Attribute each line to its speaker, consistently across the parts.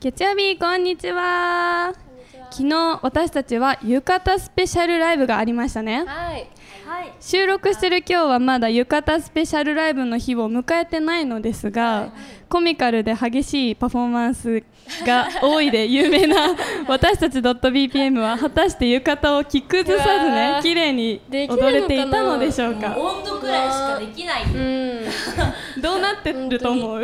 Speaker 1: 月曜日こんにちは昨日私たちは浴衣スペシャルライブがありましたね
Speaker 2: はい。はい。
Speaker 1: 収録してる今日はまだ浴衣スペシャルライブの日を迎えてないのですがコミカルで激しいパフォーマンスが多 いで有名な私たち .bpm は果たして浴衣を着崩さず
Speaker 2: う
Speaker 1: ね
Speaker 2: わー
Speaker 1: 綺麗に
Speaker 2: できる
Speaker 1: 踊
Speaker 2: のかな
Speaker 1: れていたのでしょうか
Speaker 3: 温度くらいしかできない
Speaker 2: うん。
Speaker 1: どうなってると思う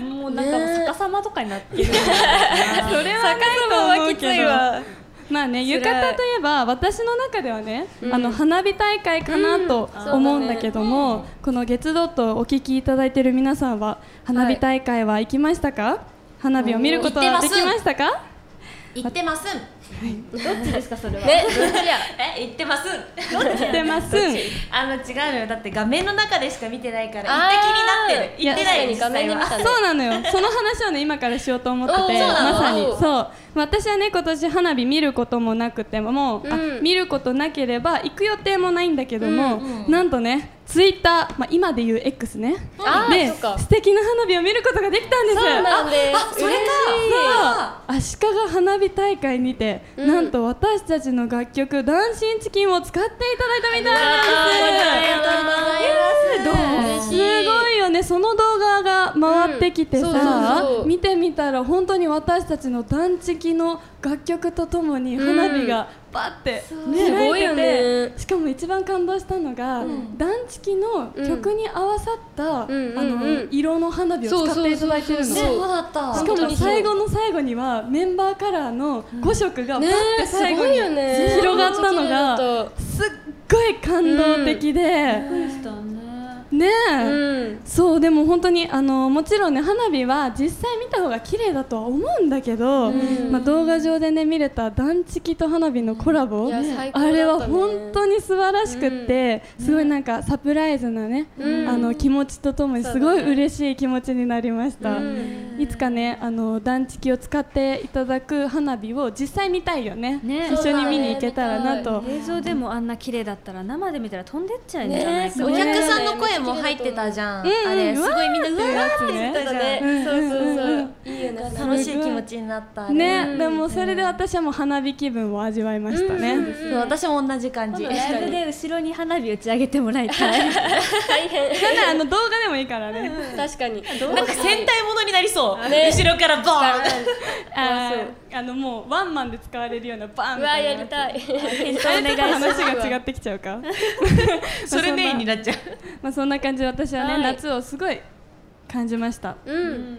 Speaker 3: もう
Speaker 2: なんかもう逆
Speaker 3: さまとかになってる
Speaker 1: それはないと思うけど
Speaker 2: わ。
Speaker 1: まあね
Speaker 2: 辛い
Speaker 1: 浴衣といえば私の中ではね、
Speaker 2: うん
Speaker 1: あの花火大会かなと
Speaker 2: うん
Speaker 1: 思うんだけども、この月堂とお聞きいただいている皆さんは花火大会は行きましたか、花火を見ること
Speaker 3: 行
Speaker 1: は
Speaker 3: って
Speaker 1: で
Speaker 3: ま
Speaker 1: き
Speaker 3: す
Speaker 1: ましたか
Speaker 3: 行ってますん
Speaker 2: どっちですかそれは。
Speaker 3: ね
Speaker 2: どっちや。
Speaker 3: え行ってますん
Speaker 1: 行ってます
Speaker 3: あの違うのよだって画面の中でしか見てないから行
Speaker 2: あ
Speaker 3: っ
Speaker 2: ー
Speaker 3: た気になってる行ってない
Speaker 2: いや確かに画面で見た
Speaker 3: 実際は
Speaker 1: そうなのよその話をね今からしようと思ってて
Speaker 2: おーそうな
Speaker 1: ま
Speaker 2: の
Speaker 1: さに
Speaker 2: おー
Speaker 1: そう私はね今年花火見ることもなくてももう、あ
Speaker 2: うん
Speaker 1: 見ることなければ行く予定もないんだけども、
Speaker 3: うんうん
Speaker 1: なんとねツイッター、まあ、今で言う X ね
Speaker 2: あー
Speaker 1: で
Speaker 2: そっか
Speaker 1: 素敵な花火を見ることができたんです
Speaker 2: そうなんです。
Speaker 3: あそれか
Speaker 1: そう足利花火大会にて、
Speaker 2: うん
Speaker 1: なんと私たちの楽曲「ダンシンチキン」を使っていただいたみたいなんです
Speaker 2: ありがとうございます。
Speaker 1: すごいよねその動画が回ってきて
Speaker 2: うんそう
Speaker 1: さ
Speaker 2: そうそう
Speaker 1: 見てみたら本当に私たちのダンチキの楽曲とともに花火がバッて
Speaker 2: う
Speaker 1: ね
Speaker 2: すごい
Speaker 1: 開
Speaker 2: よね
Speaker 1: いててしかも一番感動したのがダンチキの曲に合わさったあ
Speaker 2: うんうんうんう
Speaker 1: の
Speaker 2: ん
Speaker 1: 色の花火を使っていただいてる
Speaker 2: そう
Speaker 1: の
Speaker 2: そうそうそう
Speaker 3: だった
Speaker 1: しかも最後の最後にはメンバーカラーの5色がパッ
Speaker 2: ね
Speaker 1: て
Speaker 2: えす
Speaker 1: 最後
Speaker 2: ご
Speaker 1: に
Speaker 2: いよね。
Speaker 1: 広がったのが
Speaker 2: が。
Speaker 1: すっごい感動的でね
Speaker 2: う
Speaker 1: え
Speaker 2: ん。
Speaker 1: そうでも本当にあのもちろんね花火は実際見た方が綺麗だとは思うんだけど、
Speaker 2: うん
Speaker 1: まあ、動画上でね見れたダンチキと花火のコラボ、
Speaker 2: いや最高だ
Speaker 1: あ
Speaker 2: ったね
Speaker 1: れは本当に素晴らしくって、すごいなんかサプライズなね、
Speaker 2: うん
Speaker 1: あの気持ちとともにすごい嬉しい気持ちになりました、
Speaker 2: うん
Speaker 1: いつかねあのダンチキを使っていただく花火を実際見たいよね一緒に見に行けたらなと、
Speaker 4: 映像でもあんな綺麗だったら生で見たら飛んでっちゃうんじゃない
Speaker 2: ね
Speaker 4: か
Speaker 3: お
Speaker 4: な、
Speaker 3: 客さんの声も入ってたじゃん
Speaker 1: うんうん
Speaker 3: あれすごいみんなうわーって
Speaker 1: うわーって言
Speaker 3: 言
Speaker 1: っ
Speaker 3: っててた
Speaker 1: て
Speaker 2: た
Speaker 3: じゃん
Speaker 2: ね。そうそう
Speaker 1: う
Speaker 2: そ
Speaker 1: んうん
Speaker 2: う。いいよね。
Speaker 3: 楽しい気持ちになったあれ
Speaker 1: ね、でもそれで私はもう花火気分を味わいましたね、
Speaker 3: そう私も同じ感じ
Speaker 4: ライブで後ろに花火打ち上げてもらいたい
Speaker 2: 大変。
Speaker 1: なんならあの動画でもいいからね。
Speaker 2: 確かに。
Speaker 3: なんか戦隊ものになりそう
Speaker 2: ね
Speaker 3: 後ろからボーン
Speaker 1: あーあのもうワンマンで使われるようなバーン
Speaker 2: うわやりた
Speaker 1: い。
Speaker 2: い。
Speaker 4: 検討
Speaker 1: あ
Speaker 4: お
Speaker 1: れ
Speaker 4: 願
Speaker 1: ちょっ
Speaker 4: いしま
Speaker 1: と
Speaker 4: す
Speaker 1: 話が違ってきちゃうか。
Speaker 3: それメインになっちゃう
Speaker 1: まあそんな感じで私はね、
Speaker 2: はい
Speaker 1: 夏をすごい感じました。
Speaker 2: うん。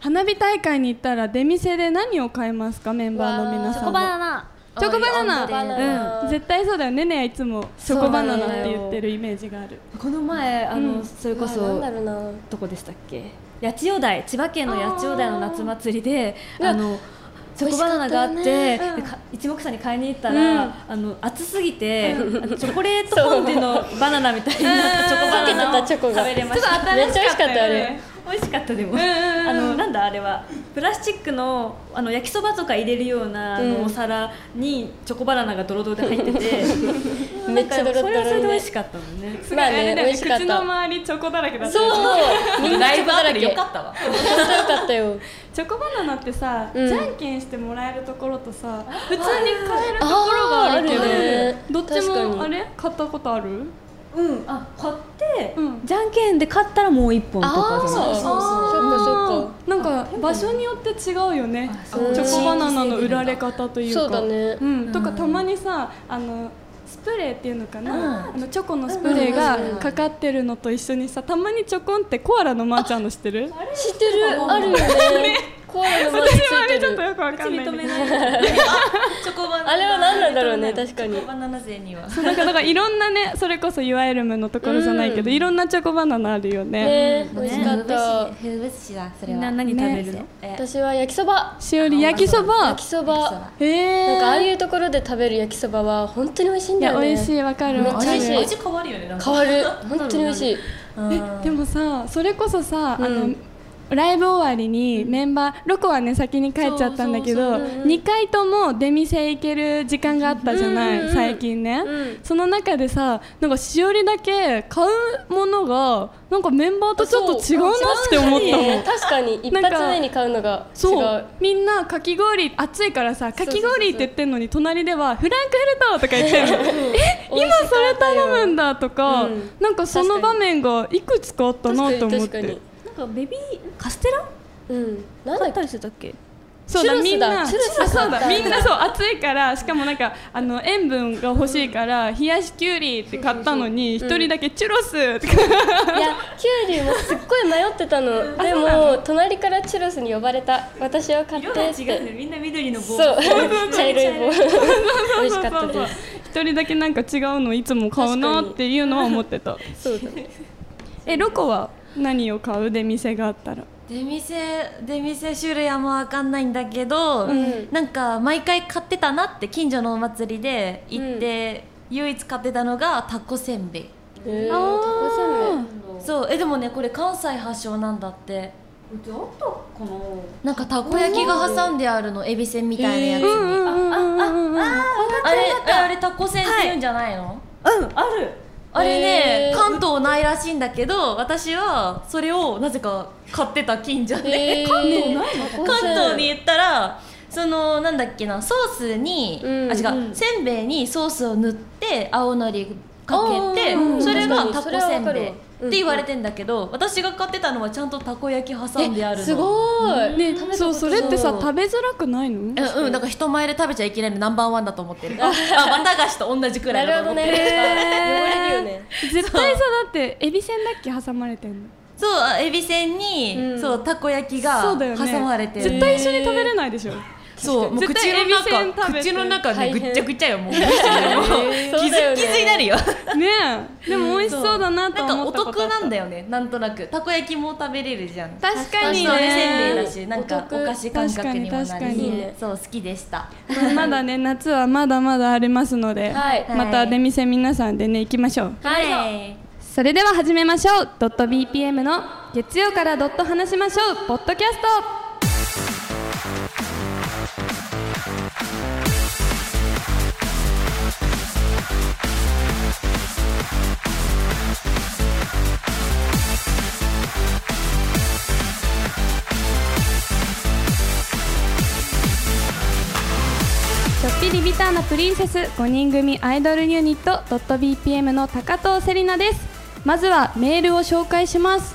Speaker 1: 花火大会に行ったら出店で何を買いますかメンバーの皆
Speaker 4: チ
Speaker 1: さ
Speaker 4: ョ
Speaker 1: ん
Speaker 4: コ
Speaker 1: は。
Speaker 4: バナナ
Speaker 1: チョコバナ
Speaker 3: あいい
Speaker 1: ナ。
Speaker 2: バナ
Speaker 1: うん
Speaker 2: ナ。
Speaker 1: 絶対そうだよねねいつもチョコバナナって言ってるイメージがある。
Speaker 4: この前あの、
Speaker 1: うん
Speaker 4: それこ
Speaker 2: あなん
Speaker 4: そ
Speaker 2: だろうな。
Speaker 4: どこでしたっけ八千代台千葉県の八千代台の夏祭りであのチョコバナナがあって
Speaker 2: 美味し
Speaker 4: でか一目散に買いに行ったら、
Speaker 1: うん
Speaker 4: あの暑すぎて、あのチョコレートフォンデュのバナナみたいなチョコバナナを食べれました
Speaker 1: 新
Speaker 2: めっちゃ美味しかったよあれ。
Speaker 4: 美味しかったでも、
Speaker 1: んうん
Speaker 4: あのなんだあれはプラスチックのあの焼きそばとか入れるような、あの
Speaker 2: うん
Speaker 4: お皿にチョコバナナがドロドロで入ってて
Speaker 2: めっちゃドロド
Speaker 4: それはそれで美
Speaker 2: ロ
Speaker 4: 味しかったもんね
Speaker 1: すごい
Speaker 2: ま
Speaker 1: あ
Speaker 2: あ
Speaker 1: れ
Speaker 2: ね
Speaker 1: だよ
Speaker 2: 美
Speaker 1: ね
Speaker 2: 味しかっ
Speaker 1: 口の
Speaker 2: た。
Speaker 1: 周りチョコだらけだった
Speaker 2: そ
Speaker 1: よね。
Speaker 2: う。みんな
Speaker 3: ライブ
Speaker 2: だ
Speaker 3: あた
Speaker 2: らけ。
Speaker 3: り
Speaker 2: 本
Speaker 3: よかったわ
Speaker 2: 当よかったよ。
Speaker 1: チョコバナナってさ、
Speaker 2: うん
Speaker 1: じゃんけんしてもらえるところとさ普通に買えるところがあるけど
Speaker 2: あーあるね
Speaker 1: どっち
Speaker 2: 確か
Speaker 1: も
Speaker 2: に
Speaker 1: あれ買ったことある
Speaker 4: うんあ買って、
Speaker 1: うん
Speaker 4: じゃんけんで勝ったらもう一本とかじゃない
Speaker 2: そうそうそっか
Speaker 1: うなんか場所によって違うよねチ
Speaker 2: う
Speaker 1: ョコバナナの売られ方というか
Speaker 2: そうだね
Speaker 1: うん、とかたまにさあのスプレーっていうのかな、あのチョコのスプレー
Speaker 2: うんうんうん
Speaker 1: が
Speaker 2: うん
Speaker 1: かかってるのと一緒にさたまにチョコンってコアラのまーちゃんの知ってる
Speaker 2: 知ってるあるよね。コアラのマークつ
Speaker 1: 私もあ
Speaker 2: い
Speaker 1: れち
Speaker 2: て
Speaker 1: ょっと
Speaker 2: る。
Speaker 1: よくわかんないんだけど
Speaker 3: チョコバナナ
Speaker 2: あれは何なんだろうね確かに
Speaker 3: チョコバナナ勢には
Speaker 1: なんかだからいろんなねそれこそいわゆるムのところじゃないけど、いろんなチョコバナナあるよね
Speaker 2: ね美味しかった。
Speaker 3: 風物詩だそ
Speaker 4: みんな何食べるの、
Speaker 3: え
Speaker 2: 私は焼きそば。
Speaker 1: しおり焼きそば
Speaker 2: 焼きそば。
Speaker 1: へえ
Speaker 2: なんかああ
Speaker 1: う
Speaker 2: いうところで食べる焼きそばは本当に美味しいん
Speaker 1: い
Speaker 2: だ
Speaker 1: や
Speaker 2: よね。
Speaker 1: 美味しいわかる
Speaker 2: めっ
Speaker 1: わ
Speaker 2: ちゃ
Speaker 1: か
Speaker 2: 美
Speaker 1: る
Speaker 2: 味しい
Speaker 3: 変わるよねなん
Speaker 2: 変わる。本当に美味しい。
Speaker 3: うん
Speaker 1: えでもさそれこそさ、あ
Speaker 2: う
Speaker 1: の
Speaker 2: ん
Speaker 1: ライブ終わりにメンバー、ロコはね先に帰っちゃったんだけど
Speaker 2: そうそうそううんうん
Speaker 1: 2回とも出店行ける時間があったじゃない、
Speaker 2: うんうんうん
Speaker 1: 最近ね、
Speaker 2: うん
Speaker 1: その中でさなんかしおりだけ買うものがなんかメンバーとちょっと違うなって思ったもん
Speaker 2: 確かに一発目に買うのが違
Speaker 1: そううみんなかき氷暑いからさか
Speaker 2: うそう
Speaker 1: き氷って言ってんのに隣ではフランクフルトとか言って るのえ今それ頼むんだとか、
Speaker 2: うん
Speaker 1: なんかその場面がいくつかあった
Speaker 2: 確か
Speaker 1: な
Speaker 2: に
Speaker 1: と思っ
Speaker 2: 確かに
Speaker 1: て
Speaker 5: なんかベビーカステラ
Speaker 2: うんなんだ
Speaker 5: 買
Speaker 2: っ
Speaker 5: った
Speaker 2: け
Speaker 5: りしてたっけ
Speaker 1: そうだ
Speaker 2: チュロ
Speaker 1: みん
Speaker 2: スだ
Speaker 1: な
Speaker 2: チュロスだ
Speaker 1: そうだ
Speaker 2: 買った
Speaker 1: みんなそう暑いからしかもなんかあの塩分が欲しいから冷やしきゅうりって買ったのに一
Speaker 2: そうそう
Speaker 1: 人だけチュロスとか
Speaker 2: いやキュウリもすっごい迷ってたのでも隣からチュロスに呼ばれた私は買って
Speaker 6: 色
Speaker 2: っ
Speaker 6: が違
Speaker 2: て
Speaker 6: うねみんな緑の棒
Speaker 2: そう 茶色い 棒美味しかった
Speaker 1: そうそう
Speaker 2: で
Speaker 1: そう一人だけなんか違うのいつも買うなっていうのは思ってた
Speaker 2: すそうだね
Speaker 1: えロコは何を買う出店があったら
Speaker 6: 出店出店種類はもう分かんないんだけど、
Speaker 2: ん
Speaker 6: なんか毎回買ってたなって近所のお祭りで行って、唯一買ってたのがタコせんべい
Speaker 2: えータコせんべい
Speaker 6: そうえでもねこれ関西発祥なんだってなんかたこ焼きが挟んであるのえびせんみたいなやつに、あれえあれタコせんって言うんじゃないの、
Speaker 5: うんある
Speaker 6: あれね、
Speaker 2: へー
Speaker 6: 関東ないらしいんだけど私はそれをなぜか買ってた近所で、
Speaker 2: えー、関東ないの
Speaker 6: 関東に言ったらそのなんだっけなソースに、
Speaker 2: うん
Speaker 6: あ違う、
Speaker 2: うん
Speaker 6: せんべいにソースを塗って青のりかけて、
Speaker 2: あー
Speaker 6: それが
Speaker 2: うん
Speaker 6: タコ
Speaker 2: それは
Speaker 6: せ
Speaker 2: わ
Speaker 6: ん
Speaker 2: か
Speaker 6: べい
Speaker 2: るわ
Speaker 6: っ
Speaker 2: うん
Speaker 6: て言われてんだけど、私が買ってたのはちゃんとたこ焼き挟んであるの
Speaker 2: えすごい、
Speaker 1: ね
Speaker 2: 食べたことない
Speaker 1: そうそれってさ食べづらくないの
Speaker 6: うん、うん、だから人前で食べちゃいけないのナンバーワンだと思って るああバタ菓子と同じくら
Speaker 2: ない
Speaker 6: だ
Speaker 2: る
Speaker 6: と
Speaker 2: ほ
Speaker 6: 思
Speaker 2: ど
Speaker 6: っ
Speaker 2: ね
Speaker 6: てる、
Speaker 2: 汚れるよね
Speaker 1: 絶対さだってエビせんだっけ挟まれてんの
Speaker 6: そうあエビせんに、
Speaker 2: うん
Speaker 6: そうたこ焼きが
Speaker 1: そうだよね
Speaker 6: 挟まれてる
Speaker 1: 絶対一緒に食べれないでしょ
Speaker 6: そうもう
Speaker 1: 絶対
Speaker 6: 口の
Speaker 1: エビせん食
Speaker 6: 中
Speaker 1: べて
Speaker 6: 口の中ね
Speaker 2: 大
Speaker 6: ぐ
Speaker 2: 変
Speaker 6: っちゃぐちゃよもうえー気
Speaker 2: そうだ
Speaker 6: づ
Speaker 2: よ
Speaker 6: 気
Speaker 2: ね
Speaker 6: づいなるよ
Speaker 1: ねえでも美味しそうだなと
Speaker 6: なん
Speaker 1: は
Speaker 6: か
Speaker 1: 思
Speaker 6: お
Speaker 1: ったこと
Speaker 6: 得なんだ
Speaker 1: よ
Speaker 6: よねなんとなくたこ焼きも食べれるじゃん
Speaker 1: 確かに
Speaker 6: そうせんべい
Speaker 1: ね
Speaker 6: だしなんか
Speaker 2: お得
Speaker 6: お菓子感覚にもな
Speaker 1: 確
Speaker 6: る
Speaker 1: かに
Speaker 6: し
Speaker 1: 確
Speaker 2: かに
Speaker 6: そう好きでした
Speaker 1: まだね夏はまだまだありますので
Speaker 2: はい
Speaker 1: また出店皆さんでね行きましょう
Speaker 6: はい
Speaker 1: それでは始めましょうドット BPM の月曜からドット話しましょうポッドキャストちょっぴりビターなプリンセス5人組アイドルユニット .bpm の高藤セリナですまずはメールを紹介します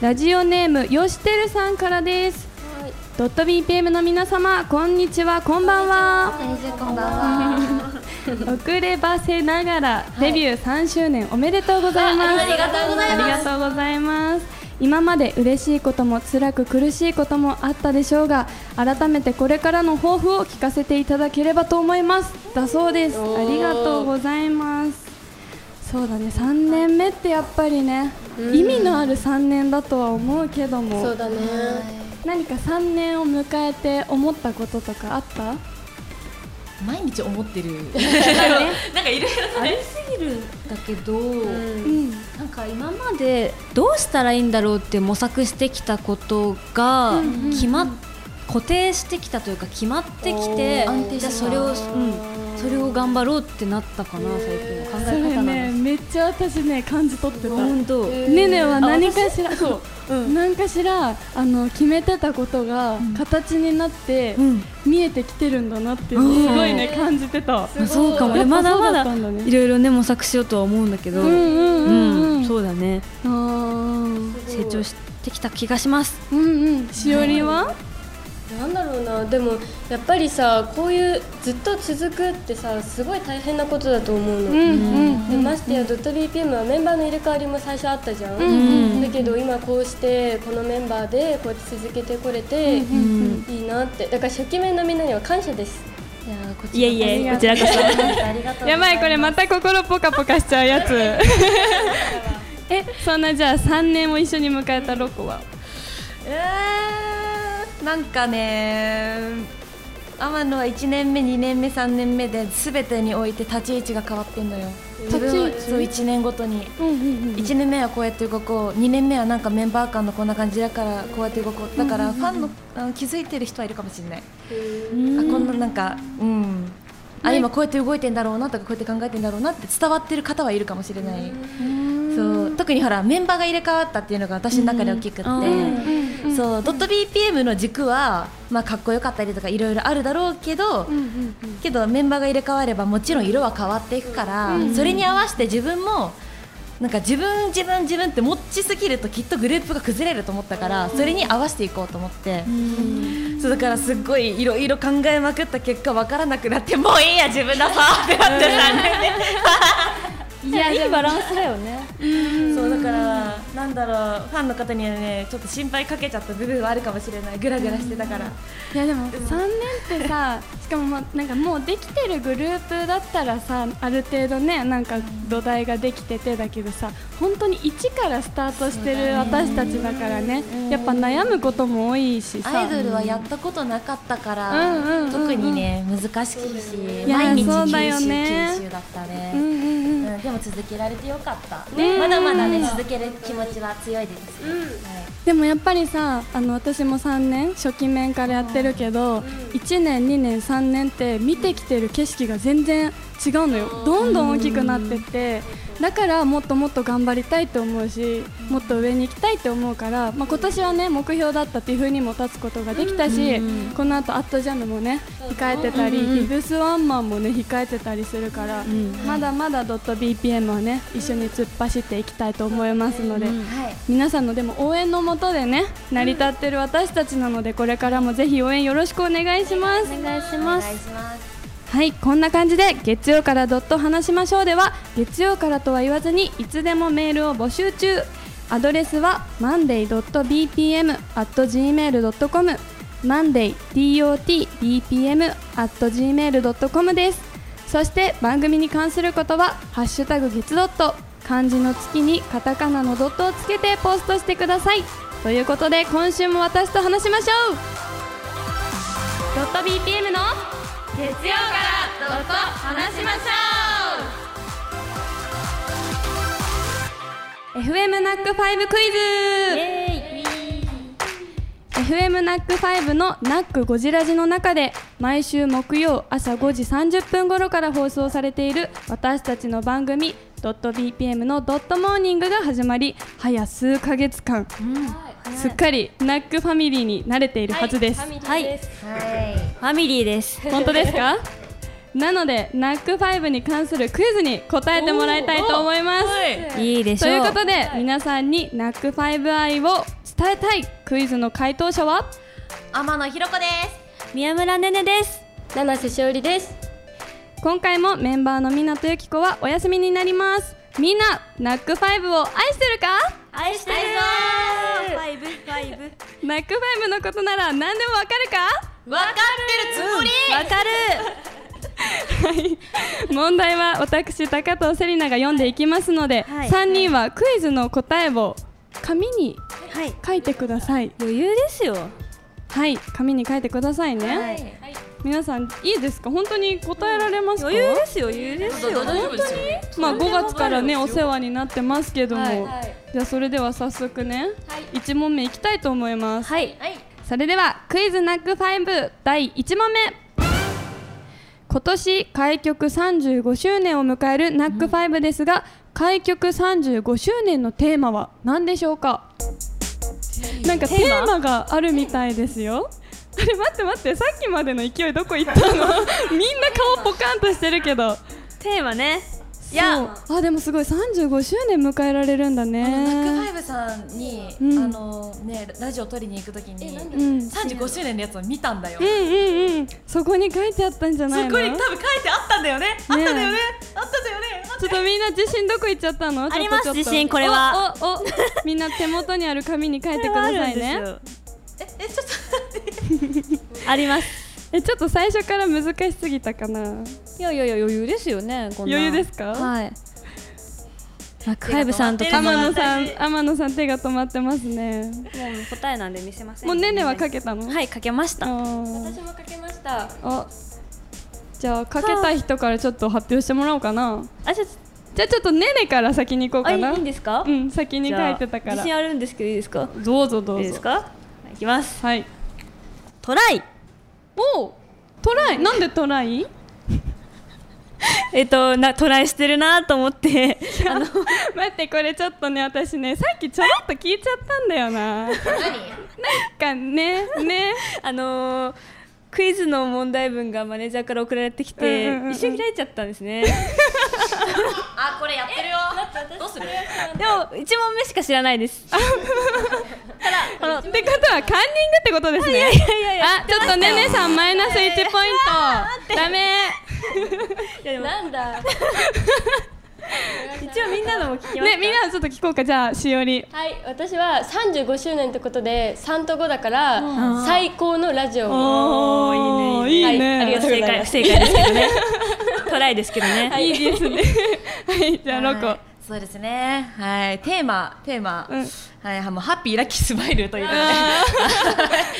Speaker 1: ラジオネームよしてるさんからです
Speaker 2: はい
Speaker 1: ドット BPM の皆様こんにちはこんばんは
Speaker 6: こんばんは
Speaker 1: 遅ればせながらデビュー3周年おめでとうございます
Speaker 6: あありがとうございます
Speaker 1: ありがとうございます今まで嬉しいことも辛く苦しいこともあったでしょうが改めてこれからの抱負を聞かせていただければと思いますだそうです
Speaker 2: お
Speaker 1: あ
Speaker 2: ー
Speaker 1: りがとうございますそうだね3年目ってやっぱりね
Speaker 2: うん
Speaker 1: 意味のある3年だとは思うけども
Speaker 2: そうだね
Speaker 1: 何か3年を迎えて思ったこととかあった
Speaker 6: 毎日思ってる なんかいろいろ
Speaker 5: ありすぎるんだけど、
Speaker 2: うん
Speaker 1: うん
Speaker 5: なんか今までどうしたらいいんだろうって模索してきたことが決まっ、固定してきたというか決まってきて
Speaker 2: おー安定
Speaker 5: じゃあ
Speaker 2: して
Speaker 5: そ
Speaker 2: きた
Speaker 5: れを、うん、それを頑張ろうってなったかな最近の考
Speaker 1: そ
Speaker 5: え
Speaker 1: れ
Speaker 5: 方なん
Speaker 1: ね
Speaker 5: です
Speaker 1: めっちゃ私ね感じ取ってたね
Speaker 5: 本当、
Speaker 2: え
Speaker 1: ねねは何かしらそう、何かしらあの決めてたことが形になって、
Speaker 5: ん
Speaker 1: 見えてきてるんだなっていうのをすごいね感じてた、
Speaker 5: まあそうかもね
Speaker 1: やっぱ
Speaker 5: まだ
Speaker 1: そうだ
Speaker 5: ま
Speaker 1: っ
Speaker 5: だ
Speaker 1: たんだね
Speaker 5: いろいろね模索しようとは思うんだけど、
Speaker 1: うんうんうんうん
Speaker 5: そうだね
Speaker 1: あー
Speaker 5: 成長してきた気がします
Speaker 1: うんうんしおりは、
Speaker 2: なんだろうなでもやっぱりさこういうずっと続くってさすごい大変なことだと思うの、
Speaker 1: うんうん
Speaker 2: でましてやドット BPM はメンバーの入れ替わりも最初あったじゃん、
Speaker 1: ん
Speaker 2: だけど今こうしてこのメンバーでこうやって続けてこれて、
Speaker 5: ん
Speaker 2: いいなってだから初期面のみんなには感謝です
Speaker 6: いやーこ
Speaker 5: いえいえこちらこ そ
Speaker 6: ありがとう
Speaker 1: やばいこれまた心ポカポカしちゃうや つえそんなじゃあ3年を一緒に迎えたロコは
Speaker 6: えーなんかね天野は1年目2年目3年目で全てにおいて立ち位置が変わってんのよ自分は
Speaker 1: 立ち位置
Speaker 6: そう1年ごとに、
Speaker 1: うんうんうん
Speaker 6: 1年目はこうやって動こう2年目はなんかメンバー間のこんな感じだからこうやって動こうだからファンのあの気づいてる人はいるかもしれない、あこんななんかうんあ今こうやって動いてんだろうなとかこうやって考えてんだろうなって伝わってる方はいるかもしれない、そう特にほらメンバーが入れ替わったっていうのが私の中で大きくって、そうドット BPM の軸は、まあ、かっこよかったりとかいろいろあるだろうけど、けどメンバーが入れ替わればもちろん色は変わっていくから、それに合わせて自分もなんか自分自分自分って持ちすぎるときっとグループが崩れると思ったから、それに合わせていこうと思って、そうだからすっごいいろいろ考えまくった結果わからなくなってもういいや自分だ ぞってなってたんだよね
Speaker 4: いやいいバランスだよね
Speaker 6: そうだからなんだろうファンの方にはねちょっと心配かけちゃった部分はあるかもしれないグラグラしてたから、
Speaker 1: いやでも3年ってさしかもまなんかもうできてるグループだったらさある程度ねなんか土台ができててだけどさ本当に一からスタートしてる私たちだからねやっぱ悩むことも多いしさ
Speaker 6: アイドルはやったことなかったから、
Speaker 1: うんうんうんうん
Speaker 6: 特にね難しいし、
Speaker 1: いや
Speaker 6: 毎日
Speaker 1: そうだ
Speaker 6: 九
Speaker 1: よ
Speaker 6: 州、
Speaker 1: ね
Speaker 6: 九州だった
Speaker 1: うんうん
Speaker 6: ね、
Speaker 1: うん
Speaker 6: うんでも続けられてよかった、
Speaker 1: ね
Speaker 6: まだまだね続ける気持ちは強いです、はい
Speaker 1: でもやっぱりさあの私も3年初期面からやってるけど、1年2年3年って見てきてる景色が全然違うのよどんどん大きくなってってだからもっともっと頑張りたいと思うしもっと上に行きたいと思うから、まあ、今年はね目標だったっていう風にも立つことができたし、このあと「アットジャムもね控えてたり、ヒブスワンマンもね控えてたりするから、まだまだ「.bpm」はね一緒に突っ走っていきたいと思いますので。
Speaker 6: はい
Speaker 1: 皆さんのでも応援のもとでね成り立ってる私たちなのでこれからもぜひ応援よろしくお願いしますお願いしま
Speaker 6: お願いします
Speaker 1: はいこんな感じで月曜からドット話しましょうでは月曜からとは言わずにいつでもメールを募集中アドレスは monday.bpm.gmail.com monday.dotbpm.gmail.com ですそして番組に関することは「ハッシュタグ月ドット」漢字の月にカタカナのドットをつけてポストしてくださいということで今週も私と話しましょうドット BPM の月曜からドット話しましょう FM ナックファイブクイズ FM ナックファイブのナックゴジラジの中で毎週木曜朝5時30分頃から放送されている私たちの番組ドット BPM のドットモーニングが始まり早数ヶ月間、すっかりナックファミリーに慣れているはずです、
Speaker 4: はい
Speaker 6: はい
Speaker 4: ファミリーです
Speaker 1: 本当ですかなのでナックファイブに関するクイズに答えてもらいたいと思います
Speaker 4: いいでし
Speaker 1: とい
Speaker 4: ょ
Speaker 1: う
Speaker 4: う
Speaker 1: ことで、皆さんにナックファイブ愛を伝えたいクイズの回答者は
Speaker 6: 天野ひろ子で
Speaker 4: 宮村ねねです
Speaker 2: 七瀬しおりです
Speaker 1: 今回もメンバーのみなとゆきこはお休みになりますみんなナックファイブを愛してるか
Speaker 4: 愛してるファイブファイブ
Speaker 1: ナックファイブのことなら何でもわかるか
Speaker 6: すわかってるつもり
Speaker 4: わかる
Speaker 1: 問題は私高藤セリナが読んでいきますので、
Speaker 4: はい
Speaker 1: 3人はクイズの答えを紙に
Speaker 4: はい
Speaker 1: 書いてください
Speaker 4: 余裕ですよ
Speaker 1: はい紙に書いてくださいね、
Speaker 4: い
Speaker 1: 皆さんいいですか本当に答えられますか
Speaker 4: 余裕ですよ余裕ですよ
Speaker 1: まあ5月からねお世話になってますけども、じゃあそれでは早速ね、1問目いきたいと思います、
Speaker 4: はい
Speaker 1: それではクイズナック5第1問目今年開局35周年を迎えるナック5ですが、開局35周年のテーマは何でしょうかなんかテーマがあるみたいですよあれ待って待ってさっきまでの勢いどこ行った のみんな顔ポカンとしてるけど
Speaker 4: テーマね
Speaker 6: いや
Speaker 1: そうあでもすごい35周年迎えられるんだ
Speaker 6: あのナックファ
Speaker 1: ね
Speaker 6: イブさんに、
Speaker 1: うん
Speaker 6: あのねラジオ撮りに行くとき
Speaker 1: う
Speaker 6: に
Speaker 1: ん、うん
Speaker 6: 35周年のやつを見たんだよ、
Speaker 1: うんうんそこに書いてあったんじゃ
Speaker 6: そ
Speaker 1: ないの
Speaker 6: こに多分書いてあったんだよねあったんだよね
Speaker 1: ね
Speaker 6: あったんだよね
Speaker 1: ちょっとみんな自信どこ行っちゃったの
Speaker 4: あります
Speaker 1: ちょっとちょっ
Speaker 4: 自
Speaker 1: と
Speaker 4: 信これは
Speaker 1: おおおみんな手元にある紙に書いてくださいね
Speaker 6: ええちょっ
Speaker 4: あります
Speaker 1: えちょっと最初から難しすぎたかない
Speaker 4: やいやいや余裕ですよねこんな
Speaker 1: 余裕ですか
Speaker 4: はい
Speaker 1: あカイブさんと天野さん天野さん手が止まってますね
Speaker 5: もう答えなんで見せません
Speaker 1: もうねねはかけたの
Speaker 5: はいかけました
Speaker 1: あ
Speaker 2: 私もかけました
Speaker 1: ーあじゃあかけた人からちょっと発表してもらおうかな
Speaker 5: あじゃ
Speaker 1: じゃあちょっとねねから先に行こう
Speaker 5: ああ
Speaker 1: か
Speaker 5: い
Speaker 1: ない
Speaker 5: んですか、
Speaker 1: うん先に
Speaker 5: じ
Speaker 1: 書
Speaker 5: ゃあ
Speaker 1: いてたか
Speaker 5: 自
Speaker 1: ら
Speaker 5: 信あるんですけどいいですか
Speaker 1: どうぞどうぞ
Speaker 5: いいですかいきます
Speaker 1: はい
Speaker 5: トライ
Speaker 1: おうトライなんでトライ
Speaker 5: えっとなトライしてるなと思ってあの
Speaker 1: 待ってこれちょっとね私ねさっきちょろっと聞いちゃったんだよななんかねね
Speaker 5: あのークイズの問題文がマネージャーから送られてきて、
Speaker 1: うんうんうんうん
Speaker 5: 一瞬開いちゃったんです ね
Speaker 3: あこれやってるよどうする
Speaker 5: でも一問目しか知らないです
Speaker 1: ってことはカンニングってことですね
Speaker 5: いやいや
Speaker 1: あちょっとねねさんマイナス1ポイントダメ
Speaker 2: なんだ
Speaker 5: 一応みんなのも聞きま
Speaker 1: ね
Speaker 5: す
Speaker 1: みんなちょっと聞こうかじゃあしおり
Speaker 2: はい私は35周年ってことで3と5だから最高のラジオを
Speaker 1: おーいいねいいね
Speaker 2: はいありがとうござい
Speaker 5: 正
Speaker 2: ます
Speaker 5: 解不正解ですけどねトライですけどね、
Speaker 1: いいですね はいじゃあロコ
Speaker 6: そうですね。はい。テーマ、テーマ。
Speaker 1: うん
Speaker 6: はい。はもうハッピーラッキースマイルということ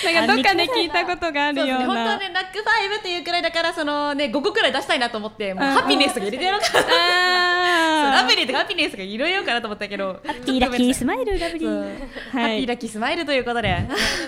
Speaker 6: で。
Speaker 1: なんかどっかで聞いたことがあ
Speaker 6: そ
Speaker 1: る
Speaker 6: うです
Speaker 1: よ
Speaker 6: ね
Speaker 1: う
Speaker 6: 本当は
Speaker 1: な
Speaker 6: ね、ラックファイブっていうくらいだから、そのね、5個くらい出したいなと思って、もうハッピネスが入れてやろうかな。ラ
Speaker 1: あ
Speaker 6: ブリーとかハッピネスが入れようかなと思ったけど、ハッ
Speaker 5: ピーラッキースマイルラブリー
Speaker 1: ー
Speaker 6: ハ
Speaker 1: は
Speaker 6: ッピー
Speaker 1: い
Speaker 6: ラッキースマイルということで。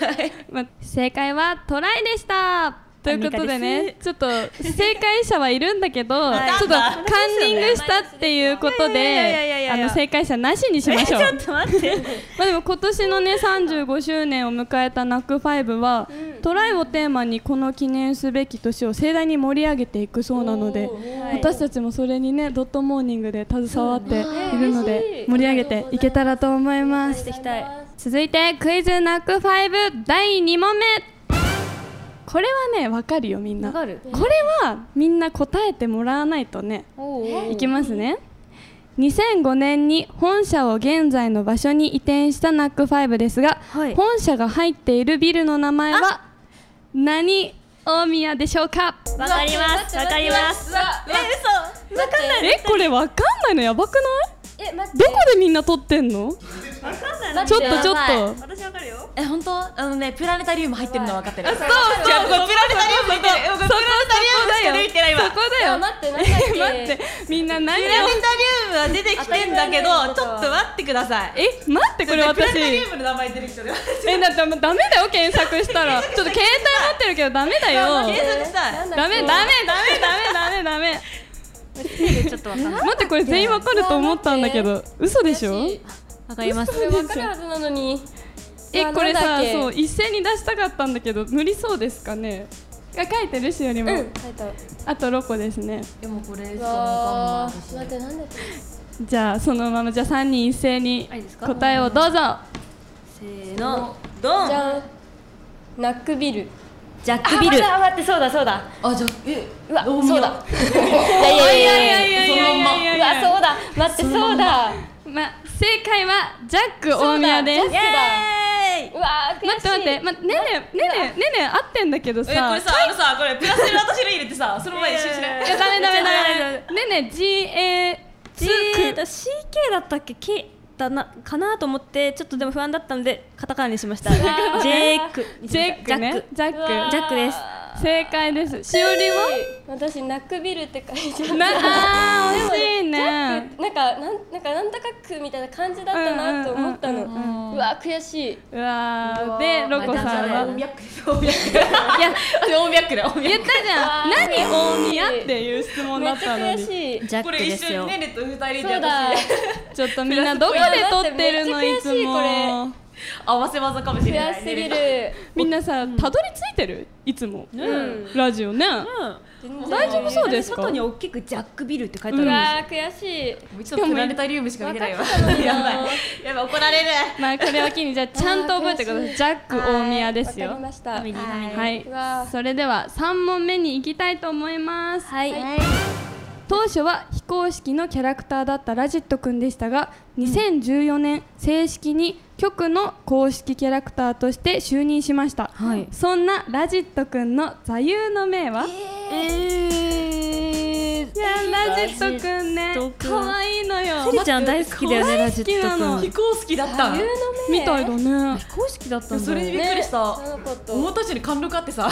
Speaker 1: ま正解はトライでしたということで
Speaker 5: アンミ
Speaker 1: ねちょっと正解者 はいるんだけど
Speaker 5: い
Speaker 1: ちょっとカンニングしたっていうこと
Speaker 6: いやいやいやい
Speaker 1: で
Speaker 6: や
Speaker 1: あの正解者なしにしましょう
Speaker 5: ちょっと待って
Speaker 1: まあでも今年のね35周年を迎えたナックファイブは、トライをテーマにこの記念すべき年を盛大に盛り上げていくそうなので私たちもそれにねドットモーニングで携わっているので盛り上げていけたらと思います続いてクイズナックファイブ第2問目これはねわかるよみんなこれはみんな答えてもらわないとねいきますね2005年に本社を現在の場所に移転したナックファイブですが、
Speaker 5: はい
Speaker 1: 本社が入っているビルの名前は何大宮でしょうか
Speaker 5: わかりますわかりますえ嘘わかんない
Speaker 1: えこれわかんないのやばくない
Speaker 2: え待って
Speaker 1: どこでみんな撮ってんのちょっとちょっと
Speaker 5: 私わかるよ
Speaker 6: え、本当あのね、プラネタリウム入ってるの分かってる。そう
Speaker 1: そう
Speaker 6: これプラネタリウム入ってる。これプラネタリウムしか出てきてない今。
Speaker 1: そこだよ
Speaker 2: あ待ってなんだっけ
Speaker 1: 待ってみんな何
Speaker 6: プ
Speaker 1: を
Speaker 6: ラネタリウムは出てきてんだけどち
Speaker 2: 当たり前の、こと
Speaker 6: ょっと待ってください。
Speaker 1: え待ってこれ
Speaker 6: プラネ
Speaker 1: 私
Speaker 6: タリウムの名前出てきてる。
Speaker 1: えだってダメだよ検索した らちょっと携帯持ってるけどダメだよ
Speaker 6: 検索したい。
Speaker 1: ダメダメダメダメダメダメ
Speaker 5: ちょっとわかんない
Speaker 1: 待ってこれ全員わかると思ったんだけど嘘でしょ
Speaker 5: わかります
Speaker 2: これ分かるはずなのに
Speaker 1: えこれ
Speaker 2: うわな
Speaker 1: さ
Speaker 2: んだっけ
Speaker 1: そう一斉に出したかったんだけど無理そうですかねが書いてるしよりも、
Speaker 2: うん書いた
Speaker 1: あと6個ですね
Speaker 6: でもこれしか
Speaker 2: わ
Speaker 6: わ
Speaker 2: ー待ってなんだっけ
Speaker 1: じゃあそのままじゃあ3人一斉に
Speaker 5: いいですか
Speaker 1: 答えをどうぞ
Speaker 5: せーのドン
Speaker 2: じゃんナックビル
Speaker 5: ジャックビル
Speaker 2: あ待ってそうだそうだ
Speaker 6: かんない。あ、じゃあ、え、
Speaker 2: うわそうだいやいやいやいやい
Speaker 1: いやいや
Speaker 2: や
Speaker 1: いやいや
Speaker 2: うわそうだ待ってそうだ
Speaker 1: ま正解はジャック大宮です
Speaker 2: そうだジャックだ
Speaker 5: え
Speaker 2: うわー悔しい
Speaker 1: 待って待って、ま、ねねねねねね合ってんだけどさ
Speaker 6: え、これさ、あのさ、これプラスで私の入れてさ、その前一周しない。
Speaker 1: いやダメダメダメねね GA
Speaker 5: ー G だ CK だったっけ K だなかなと思ってちょっとでも不安だったのでカタカナにしましたジェック
Speaker 1: ジェックねジャッ
Speaker 2: うわ
Speaker 1: ク
Speaker 5: ジャックです
Speaker 1: 正解ですしおりは
Speaker 2: 私ナックビルって書いちゃった
Speaker 1: なあ
Speaker 2: でも
Speaker 1: ー惜しいね
Speaker 2: ジャックなんかなんなんかなんだかくみたいな感じだったなと思ったの、うわ悔しいう
Speaker 1: わーでロコさんは
Speaker 6: 脈大脈
Speaker 1: いや
Speaker 6: 大脈だ大
Speaker 1: 言ったじゃん
Speaker 2: うわー
Speaker 1: 何大宮っていう質問
Speaker 2: め
Speaker 1: だ
Speaker 2: っ
Speaker 1: っ
Speaker 2: ちゃ
Speaker 1: たの
Speaker 2: 悔
Speaker 1: に
Speaker 2: しい
Speaker 3: ジャッ
Speaker 6: こ
Speaker 3: ク
Speaker 6: れ
Speaker 3: で
Speaker 6: 一
Speaker 3: す
Speaker 6: 緒
Speaker 3: よ
Speaker 6: にねねと二人で
Speaker 2: そうだ
Speaker 6: 私
Speaker 1: ちょっとみんなどこで撮ってるの
Speaker 2: いや
Speaker 1: い
Speaker 2: だって
Speaker 1: つ
Speaker 2: めっちゃ
Speaker 1: も
Speaker 2: 悔
Speaker 6: 合わせ技かもしれない
Speaker 2: 悔しすぎる
Speaker 1: みんなさたどり着いてるいつもラジオね大丈夫そうですか
Speaker 5: 外に大きくジャックビルって書いてあ
Speaker 2: う
Speaker 5: るんです
Speaker 2: わー悔しい
Speaker 6: もう一度プラネタリウムしか見てないわやばいやばい怒られる
Speaker 1: まあこれを機にじゃあちゃんと覚えてくださいジャック大宮です
Speaker 2: わか
Speaker 1: よ
Speaker 2: りました
Speaker 1: はい、
Speaker 2: うわー
Speaker 1: それでは3問目に行きたいと思います、
Speaker 5: はい、
Speaker 1: 当初は非公式のキャラクターだったラジットくんでしたが2014年正式に局の公式キャラクターとして就任しました、
Speaker 5: はい
Speaker 1: そんなラジットくんの座右の銘は、
Speaker 5: え
Speaker 1: い
Speaker 5: ー、
Speaker 1: やラジットくんね可愛いのよ
Speaker 5: セリちゃん大好きだよねラジット
Speaker 1: 大好きなの
Speaker 5: 君
Speaker 7: 非公式だった
Speaker 1: みたいだね
Speaker 5: 非公式だった
Speaker 7: それにびっくりした
Speaker 2: 知らなかった
Speaker 7: 思った以上に貫禄あってさ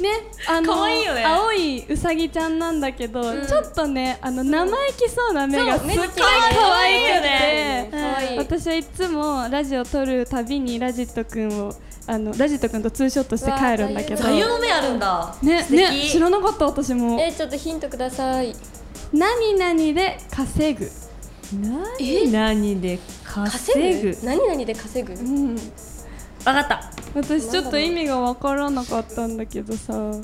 Speaker 1: ね、あの
Speaker 7: 可愛いよね
Speaker 1: 青いうさぎちゃんなんだけど、ちょっとねあの生意気そうな目がすっごい可愛くて、
Speaker 2: 可愛い
Speaker 1: 私はいつもラジオ撮るたびにラジットくんをあのラジットくんとツーショットして帰るんだけど
Speaker 7: 座右の目あるんだ
Speaker 1: ね
Speaker 7: 素敵
Speaker 1: ね知らなかった私も
Speaker 2: えーちょっとヒントください
Speaker 1: 「何々で稼ぐ」
Speaker 5: 何で稼ぐ
Speaker 2: 何々で稼ぐ
Speaker 1: うん、
Speaker 5: わかった
Speaker 1: 私ちょっと意味が分からなかったんだけどさうん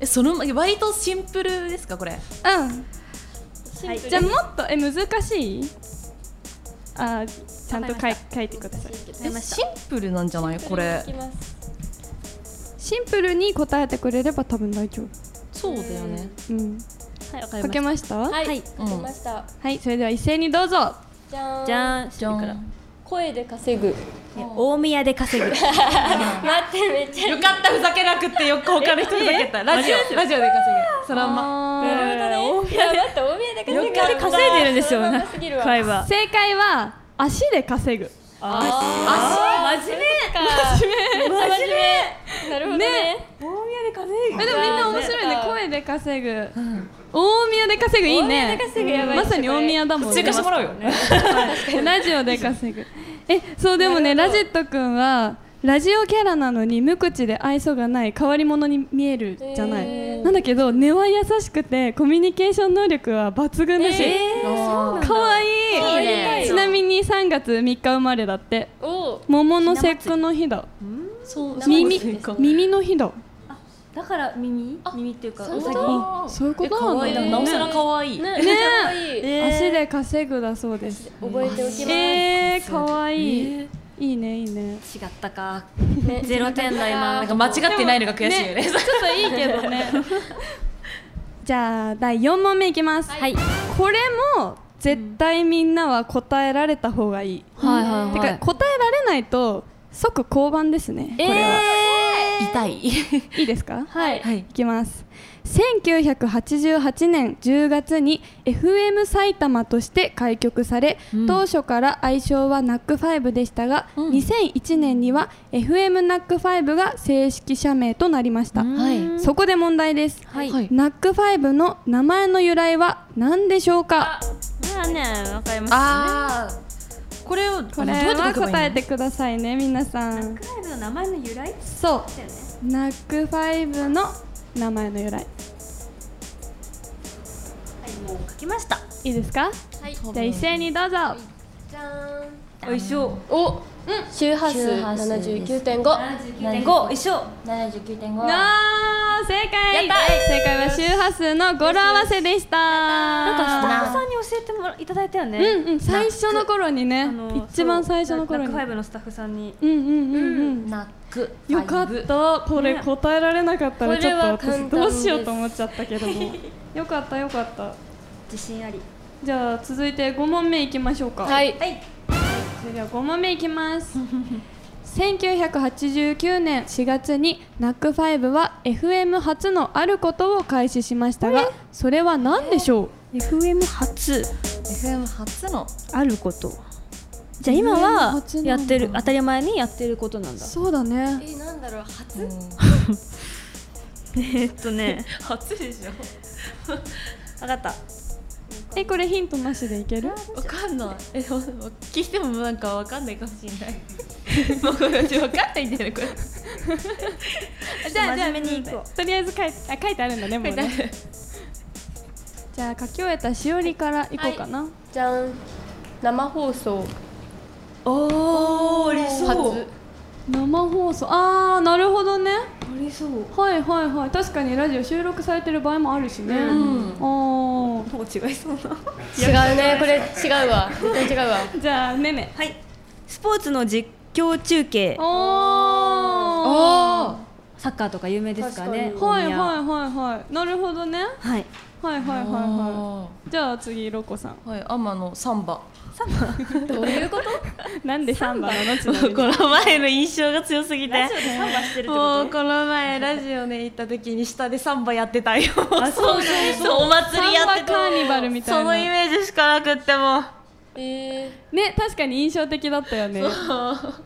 Speaker 7: えその割とシンプルですかこれ
Speaker 1: じゃあもっとえ難しいあちゃんと書い書いてください
Speaker 7: シンプルなんじゃないこれ
Speaker 2: いきます
Speaker 1: シンプルに答えてくれれば多分大丈
Speaker 7: そうだよね
Speaker 1: 夫。うん。
Speaker 5: はいわかり
Speaker 1: 書
Speaker 5: まし
Speaker 1: けました？はい、
Speaker 2: はい書きました
Speaker 1: それでは一斉にどうぞ。
Speaker 2: じゃーん
Speaker 5: たじゃんじゃん
Speaker 2: 声で稼ぐ
Speaker 5: 大宮で稼ぐ
Speaker 2: 待ってめっちゃ
Speaker 7: よかったふざけなくてよく他の人ふざけた ラジオラジオで稼ぐそのまま
Speaker 2: いや待って大宮で稼ぐ
Speaker 5: 大宮で稼いでるんですよ
Speaker 2: そのまますぎるわ
Speaker 5: ファイバー
Speaker 1: 正解は足で稼ぐ。
Speaker 2: 真面目なるほどね
Speaker 1: えでもみんな面白いね
Speaker 2: あ。ー
Speaker 1: 声で稼ぐ。大宮で稼ぐいいね。
Speaker 2: 大宮で稼ぐやばい
Speaker 1: まさに大宮だもん
Speaker 7: 追
Speaker 1: ね。
Speaker 7: 加してもらうよ
Speaker 1: ラジオで稼ぐ。え、そうでもね、ラジットくんは。ラジオキャラなのに無口で愛想がない変わり者に見えるじゃない、
Speaker 2: へー
Speaker 1: なんだけど根は優しくてコミュニケーション能力は抜群だし、可愛い
Speaker 2: 可愛いね
Speaker 1: ちなみに3月3日生まれだって
Speaker 2: おう
Speaker 1: 桃の節句の日だ
Speaker 7: そう
Speaker 1: 耳耳の日だ
Speaker 5: だから耳耳っていうか
Speaker 2: そう
Speaker 5: う
Speaker 2: いうこ
Speaker 5: さぎ
Speaker 2: と
Speaker 1: そういうことな
Speaker 7: 可
Speaker 1: の
Speaker 7: 愛いなな
Speaker 1: ね
Speaker 7: おさら可愛い
Speaker 2: ねめっちゃ可愛い
Speaker 1: 足で稼ぐだそうです
Speaker 2: 覚えておきます
Speaker 1: えー、かわいいいいねいいね
Speaker 3: 違ったか
Speaker 2: ね
Speaker 3: ゼロ点だ今
Speaker 7: なんか間違ってないのが悔しいよね
Speaker 1: ちょっといいけど ねじゃあ第4問目いきますはいこれも絶対みんなは答えられた方がいい、
Speaker 3: はいはい
Speaker 1: てか答えられないと即降板ですねこれは、
Speaker 6: 痛い
Speaker 1: いいですかはい、
Speaker 6: はい
Speaker 1: いきます1988年10月に FM 埼玉として開局され、当初から愛称はナックファイブでしたが、2001年には FM ナックファイブが正式社名となりました、
Speaker 6: はい
Speaker 1: そこで問題です、ナックファイブの名前の由来は何でしょうか
Speaker 5: まあねわかりま
Speaker 6: あーこれを
Speaker 1: これは答えてくださいね皆さん
Speaker 5: すの名前の由来
Speaker 1: そうナックファイブの名前の由来
Speaker 5: 書きました
Speaker 1: いいですか
Speaker 2: はい
Speaker 1: じゃあ一斉にどうぞ、
Speaker 2: じゃーん
Speaker 5: お一緒
Speaker 2: お、うん、周波数
Speaker 3: 周波数
Speaker 2: 七十
Speaker 3: で
Speaker 2: 九
Speaker 3: す
Speaker 2: 点五。
Speaker 5: 五一緒
Speaker 3: 79.5
Speaker 1: あー正解正解は周波数の語呂合わせでした
Speaker 5: なんかスタッフさんに教えてもらいただいたよね
Speaker 1: うんうん最初の頃にね
Speaker 5: あの
Speaker 1: 一番最初の頃
Speaker 5: そう
Speaker 1: に
Speaker 5: ナックファイブのスタッフさんに
Speaker 1: うんうんうんうん
Speaker 6: ナック
Speaker 1: よかったこれ答えられなかったら
Speaker 2: ね
Speaker 1: ちょっと
Speaker 2: これは簡単
Speaker 1: 私どうしようと思っちゃったけど もよかったよかった
Speaker 5: 自信あり
Speaker 1: じゃあ続いて5問目いきましょうか
Speaker 2: はい。
Speaker 1: それでは5問目いきます1989年4月にナックファイブは FM 初のあることを開始しましたがそれは何でしょう
Speaker 5: FM 初
Speaker 6: FM 初の
Speaker 5: あることじゃあ今は
Speaker 1: FM 初なんだ
Speaker 5: やってる当たり前にやってることなんだ
Speaker 1: そうだね
Speaker 2: え、なんだろう、初。
Speaker 5: えっと ね
Speaker 7: 初でしょ
Speaker 5: 分かった
Speaker 1: えこれヒントなしでいける
Speaker 7: わかんないえわ聞いてもなんかわかんないかもしれないもうこれ私わかんないんだよねこれ
Speaker 1: じゃあじゃあ
Speaker 5: 真面目に行こ
Speaker 1: とりあえず書いてあ書いてあるんだねもうねじゃあ書き終えたしおりから行こうかな、
Speaker 2: じゃん。生放送。
Speaker 7: おお理
Speaker 2: 初。
Speaker 1: 生放送ああなるほどねありそうはいはいはい確かにラジオ収録されてる場合もあるしね、うん、あ
Speaker 5: うもう違いそうな
Speaker 2: 違うね、これ違うわ。絶対違うわ。
Speaker 1: あじゃあねね
Speaker 5: はいスポーツの実況中継
Speaker 1: おーお
Speaker 4: サッカーとか有名ですからね
Speaker 2: 確
Speaker 1: はいはい
Speaker 4: 大宮
Speaker 1: はいはいなるほどね
Speaker 4: はい
Speaker 1: はいはいはいはいじゃあ次ロコさん
Speaker 6: はい、天野サンバ。
Speaker 1: なんでサンバなのちなみに
Speaker 7: この前の印象が強すぎて
Speaker 5: してるって
Speaker 7: も
Speaker 5: こ
Speaker 7: う
Speaker 5: と
Speaker 7: この前ラジオね行った時に下でサンバやってたよ
Speaker 5: あそうそう
Speaker 7: そうお祭りやって
Speaker 1: サンバカーニバルみたいな
Speaker 7: そのイメージしかなくってもう
Speaker 2: え
Speaker 1: ね確かに印象的だったよね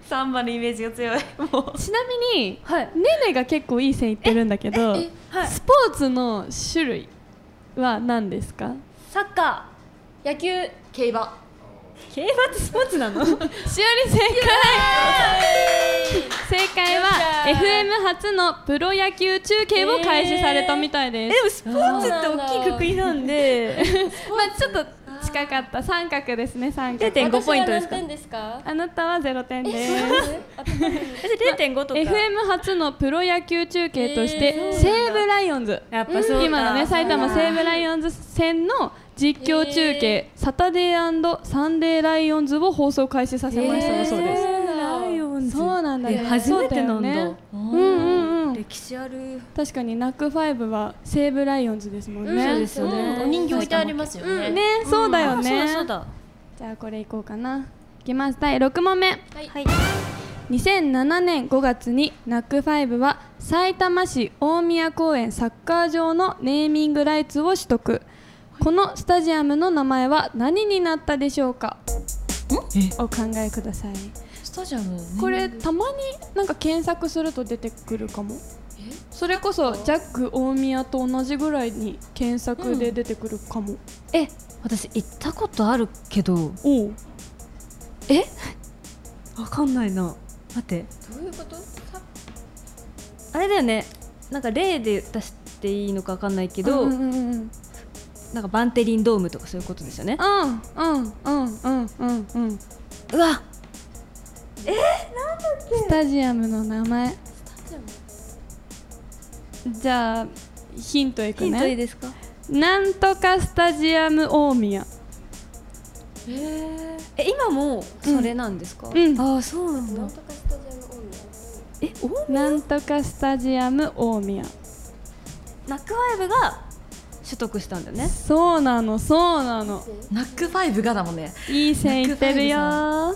Speaker 7: サンバのイメージが強いもう
Speaker 1: ちなみに、ねねが結構いい線いってるんだけど、スポーツの種類は何ですか
Speaker 5: サッカ
Speaker 2: ー、野球
Speaker 6: 競馬。
Speaker 5: ー競馬ってスポーツな
Speaker 1: し
Speaker 5: の
Speaker 1: おり正解正解は FM 初のプロ野球中継を開始されたみたいです、
Speaker 5: でもスポーツって大きいくくりなんで
Speaker 1: まあちょっと近かった三角ですね三角
Speaker 5: 0.5ポイントです
Speaker 2: 私は何
Speaker 5: か
Speaker 2: 点ですか
Speaker 1: あなたは0点です
Speaker 5: 私0.5と か
Speaker 1: FM 初のプロ野球中継として、西武ライオンズ
Speaker 5: やっぱそうか
Speaker 1: 今のね埼玉西武ライオンズ戦の実況中継、サタデーサンデーライオンズを放送開始させましたそうです、そうなんだよ初めてなんだよねうんうんうん
Speaker 5: 歴史ある
Speaker 1: 確かにナックファイブは西武ライオンズですもんね、そうですよね
Speaker 3: お人形置いてありますよね。
Speaker 1: ねそうだよね、
Speaker 5: そうだそうだ
Speaker 1: じゃあこれいこうかな。いきます。第6問目。はい。2007年5月にナックファイブは埼玉市大宮公園サッカー場のネーミングライツを取得。このスタジアムの名前は何になったでしょうか。お考えください。
Speaker 6: スタジアム。
Speaker 1: これたまになんか検索すると出てくるかも。それこそジャック大宮と同じぐらいに検索で出てくるかも。
Speaker 4: え私行ったことあるけど
Speaker 1: おう
Speaker 4: わかんないな待って
Speaker 2: どういうこと
Speaker 5: あれだよねなんか例で出していいのかわかんないけど、
Speaker 1: うんうんうんうん
Speaker 5: なんかバンテリンドームとかそういうことですよね
Speaker 1: うんうんうんうんうんうん
Speaker 5: うわ
Speaker 1: スタジアムの名前じゃあヒントいく
Speaker 5: ヒントいい
Speaker 1: ね
Speaker 5: ですか
Speaker 1: なんとかスタジアム大宮
Speaker 5: え今もそれなんですか、
Speaker 1: うん
Speaker 5: ああそうなんだ
Speaker 2: なんとかスタジアム
Speaker 5: えお
Speaker 1: なんとかスタジアム大宮
Speaker 5: ナックファイブが取得したんだよね
Speaker 1: そうなのそうなの
Speaker 6: ナックファイブがだもんね。
Speaker 1: いい線いってるよ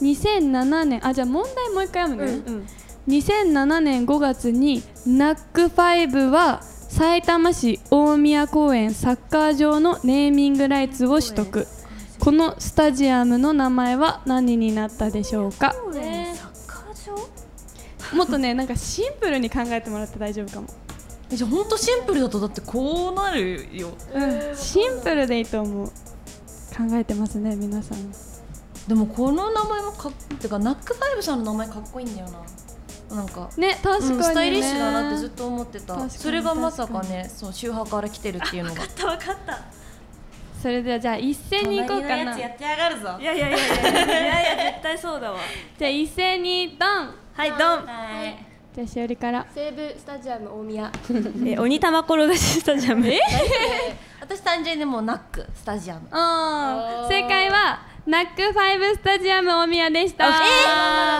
Speaker 1: 2007年あじゃあ問題もう一回読むね、
Speaker 5: うん
Speaker 1: 2007年5月にナックファイブは埼玉市大宮公園サッカー場のネーミングライツを取得このスタジアムの名前は何になったでしょうか
Speaker 5: サッカー場
Speaker 1: もっとねなんかシンプルに考えてもらって大丈夫かも
Speaker 6: じゃあ本当シンプルだとだってこうなるよ。
Speaker 1: シンプルでいいと思う考えてますね皆さん
Speaker 6: でもこの名前もかっってかナックファイブさんの名前かっこいいんだよな。なんか。
Speaker 1: ね確かに、
Speaker 6: うん
Speaker 1: ね
Speaker 6: スタイリッシュだなってずっと思って
Speaker 1: 確か
Speaker 6: た
Speaker 1: に
Speaker 6: それがまさかねそう宗派から来てるっていうのが
Speaker 5: わかった
Speaker 1: それではじゃあ一斉に行こうかなじゃ
Speaker 7: ってやがるぞ
Speaker 5: いやいやいやいやいやいや絶対そうだわ
Speaker 1: あ一斉にドン
Speaker 5: はいドン
Speaker 1: じゃあしおりから
Speaker 2: 西武スタジアム大宮
Speaker 5: え鬼玉転がしスタジアムえ
Speaker 6: 私単純にもうナックスタジアム
Speaker 1: うん正解はナックファイブスタジアム大宮でした。え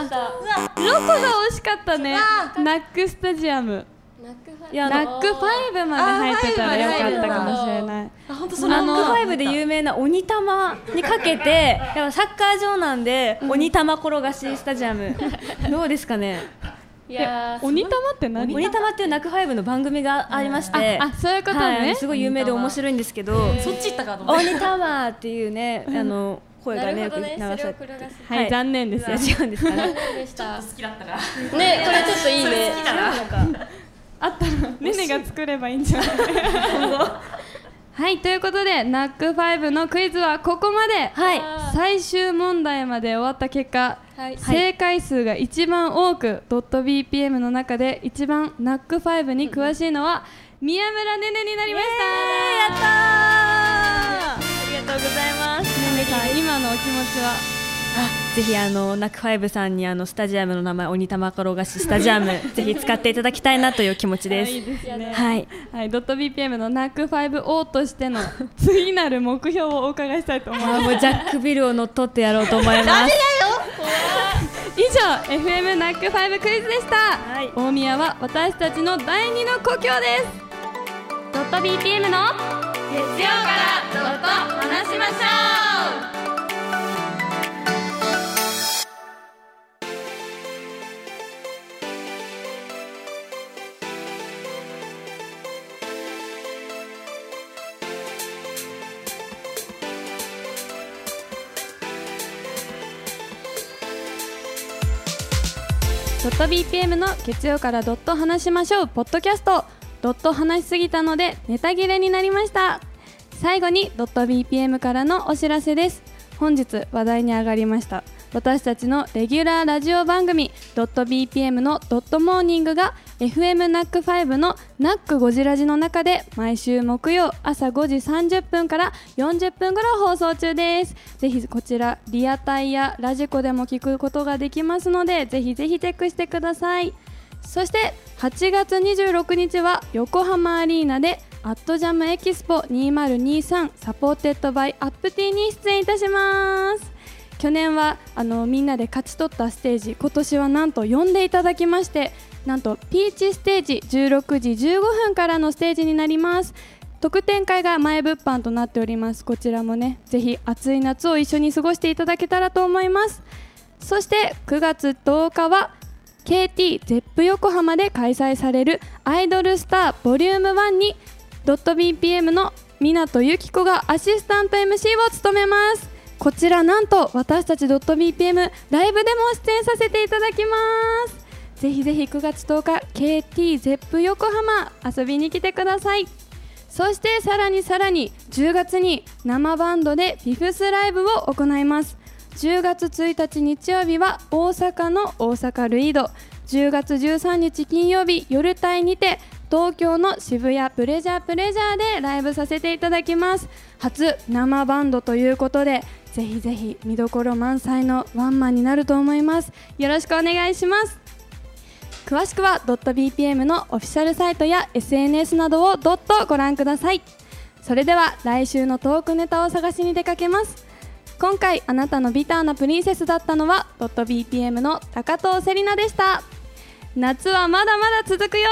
Speaker 1: ロコが惜しかったね。ナックスタジアム。
Speaker 2: ナックファ
Speaker 5: いやあの
Speaker 1: ナックファイブまで入ってたらよかったかもしれない。
Speaker 6: あ本当
Speaker 5: ナックファイブで有名な鬼玉にかけてでもサッカー場なんで鬼玉転がしスタジアムどうですかね
Speaker 2: イいやー
Speaker 1: 鬼玉って何？
Speaker 5: 鬼玉っていうナックファイブの番組がありまして
Speaker 1: あ、そういうこと
Speaker 5: は
Speaker 1: ね
Speaker 5: い、す。ごい有名で面白いんですけど
Speaker 6: そっち行ったかと思っ
Speaker 5: 鬼玉っていうねあの声
Speaker 2: な
Speaker 5: がね
Speaker 2: る
Speaker 5: よ
Speaker 2: ほ
Speaker 5: く
Speaker 2: ど
Speaker 5: 流
Speaker 2: ねそ
Speaker 5: さ
Speaker 2: れを
Speaker 5: れ
Speaker 2: 転
Speaker 5: て
Speaker 2: がす
Speaker 1: はい、
Speaker 5: はい
Speaker 1: 残念ですよ。
Speaker 5: いや違うんですかね
Speaker 2: でした
Speaker 7: 好きだったから
Speaker 2: ねこれちょっといいね
Speaker 1: あったらねねが作ればいいんじゃない？ はい、ということでナックファイブのクイズはここまで。
Speaker 5: はい
Speaker 1: 最終問題まで終わった結果、
Speaker 2: はい
Speaker 1: 正解数が一番多くドット BPM の中で一番ナックファイブに詳しいのは宮村ねねになりましたやった
Speaker 5: ありがとうございます
Speaker 1: ねねさん今のお気持ちは
Speaker 5: ぜひあのナックファイブさんにあのスタジアムの名前鬼玉転がしスタジアムぜひ使っていただきたいなという気持ちです。はい。
Speaker 1: はい、ドット BPM のナックファイブ O としての次なる目標をお伺いしたいと思います
Speaker 5: あもうジャックビルを乗っ取ってやろうと思います。
Speaker 1: 以上 FM ナックファイブクイズでした、
Speaker 5: い
Speaker 1: 大宮は私たちの第二の故郷ですドット BPM の月曜からドット話しましょうドット BPM の月曜からドット話しましょうポッドキャストドット話しすぎたのでネタ切れになりました最後にドット BPM からのお知らせです本日話題に上がりました私たちのレギュラーラジオ番組ドット BPM のドットモーニングが FM ナック5のナックゴジラジの中で毎週木曜朝5時30分から40分頃放送中ですぜひこちらリアタイやラジコでも聞くことができますのでぜひぜひチェックしてくださいそして8月26日は横浜アリーナでアットジャムエキスポ2023サポーテッドバイアップティに出演いたします去年はあのみんなで勝ち取ったステージ今年はなんと呼んでいただきましてなんとピーチステージ16時15分からのステージになります特典会が前物販となっておりますこちらもねぜひ暑い夏を一緒に過ごしていただけたらと思いますそして9月10日は KT ゼップ横浜で開催されるアイドルスターボリューム1にドット BPM の湊由紀子がアシスタント MC を務めますこちらなんと私たちドット BPM ライブでも出演させていただきますぜひぜひ9月10日 KT ゼップ横浜遊びに来てくださいそしてさらにさらに10月に生バンドでフィフスライブを行います10月1日日曜日は大阪の大阪ルイード10月13日金曜日夜帯にて東京の渋谷プレジャープレジャーでライブさせていただきます初生バンドということでぜひぜひ見どころ満載のワンマンになると思いますよろしくお願いします詳しくは .bpm のオフィシャルサイトや SNS などをドットご覧くださいそれでは来週のトークネタを探しに出かけます今回あなたのビターなプリンセスだったのは .bpm の高藤セリナでした夏はまだまだ続くよ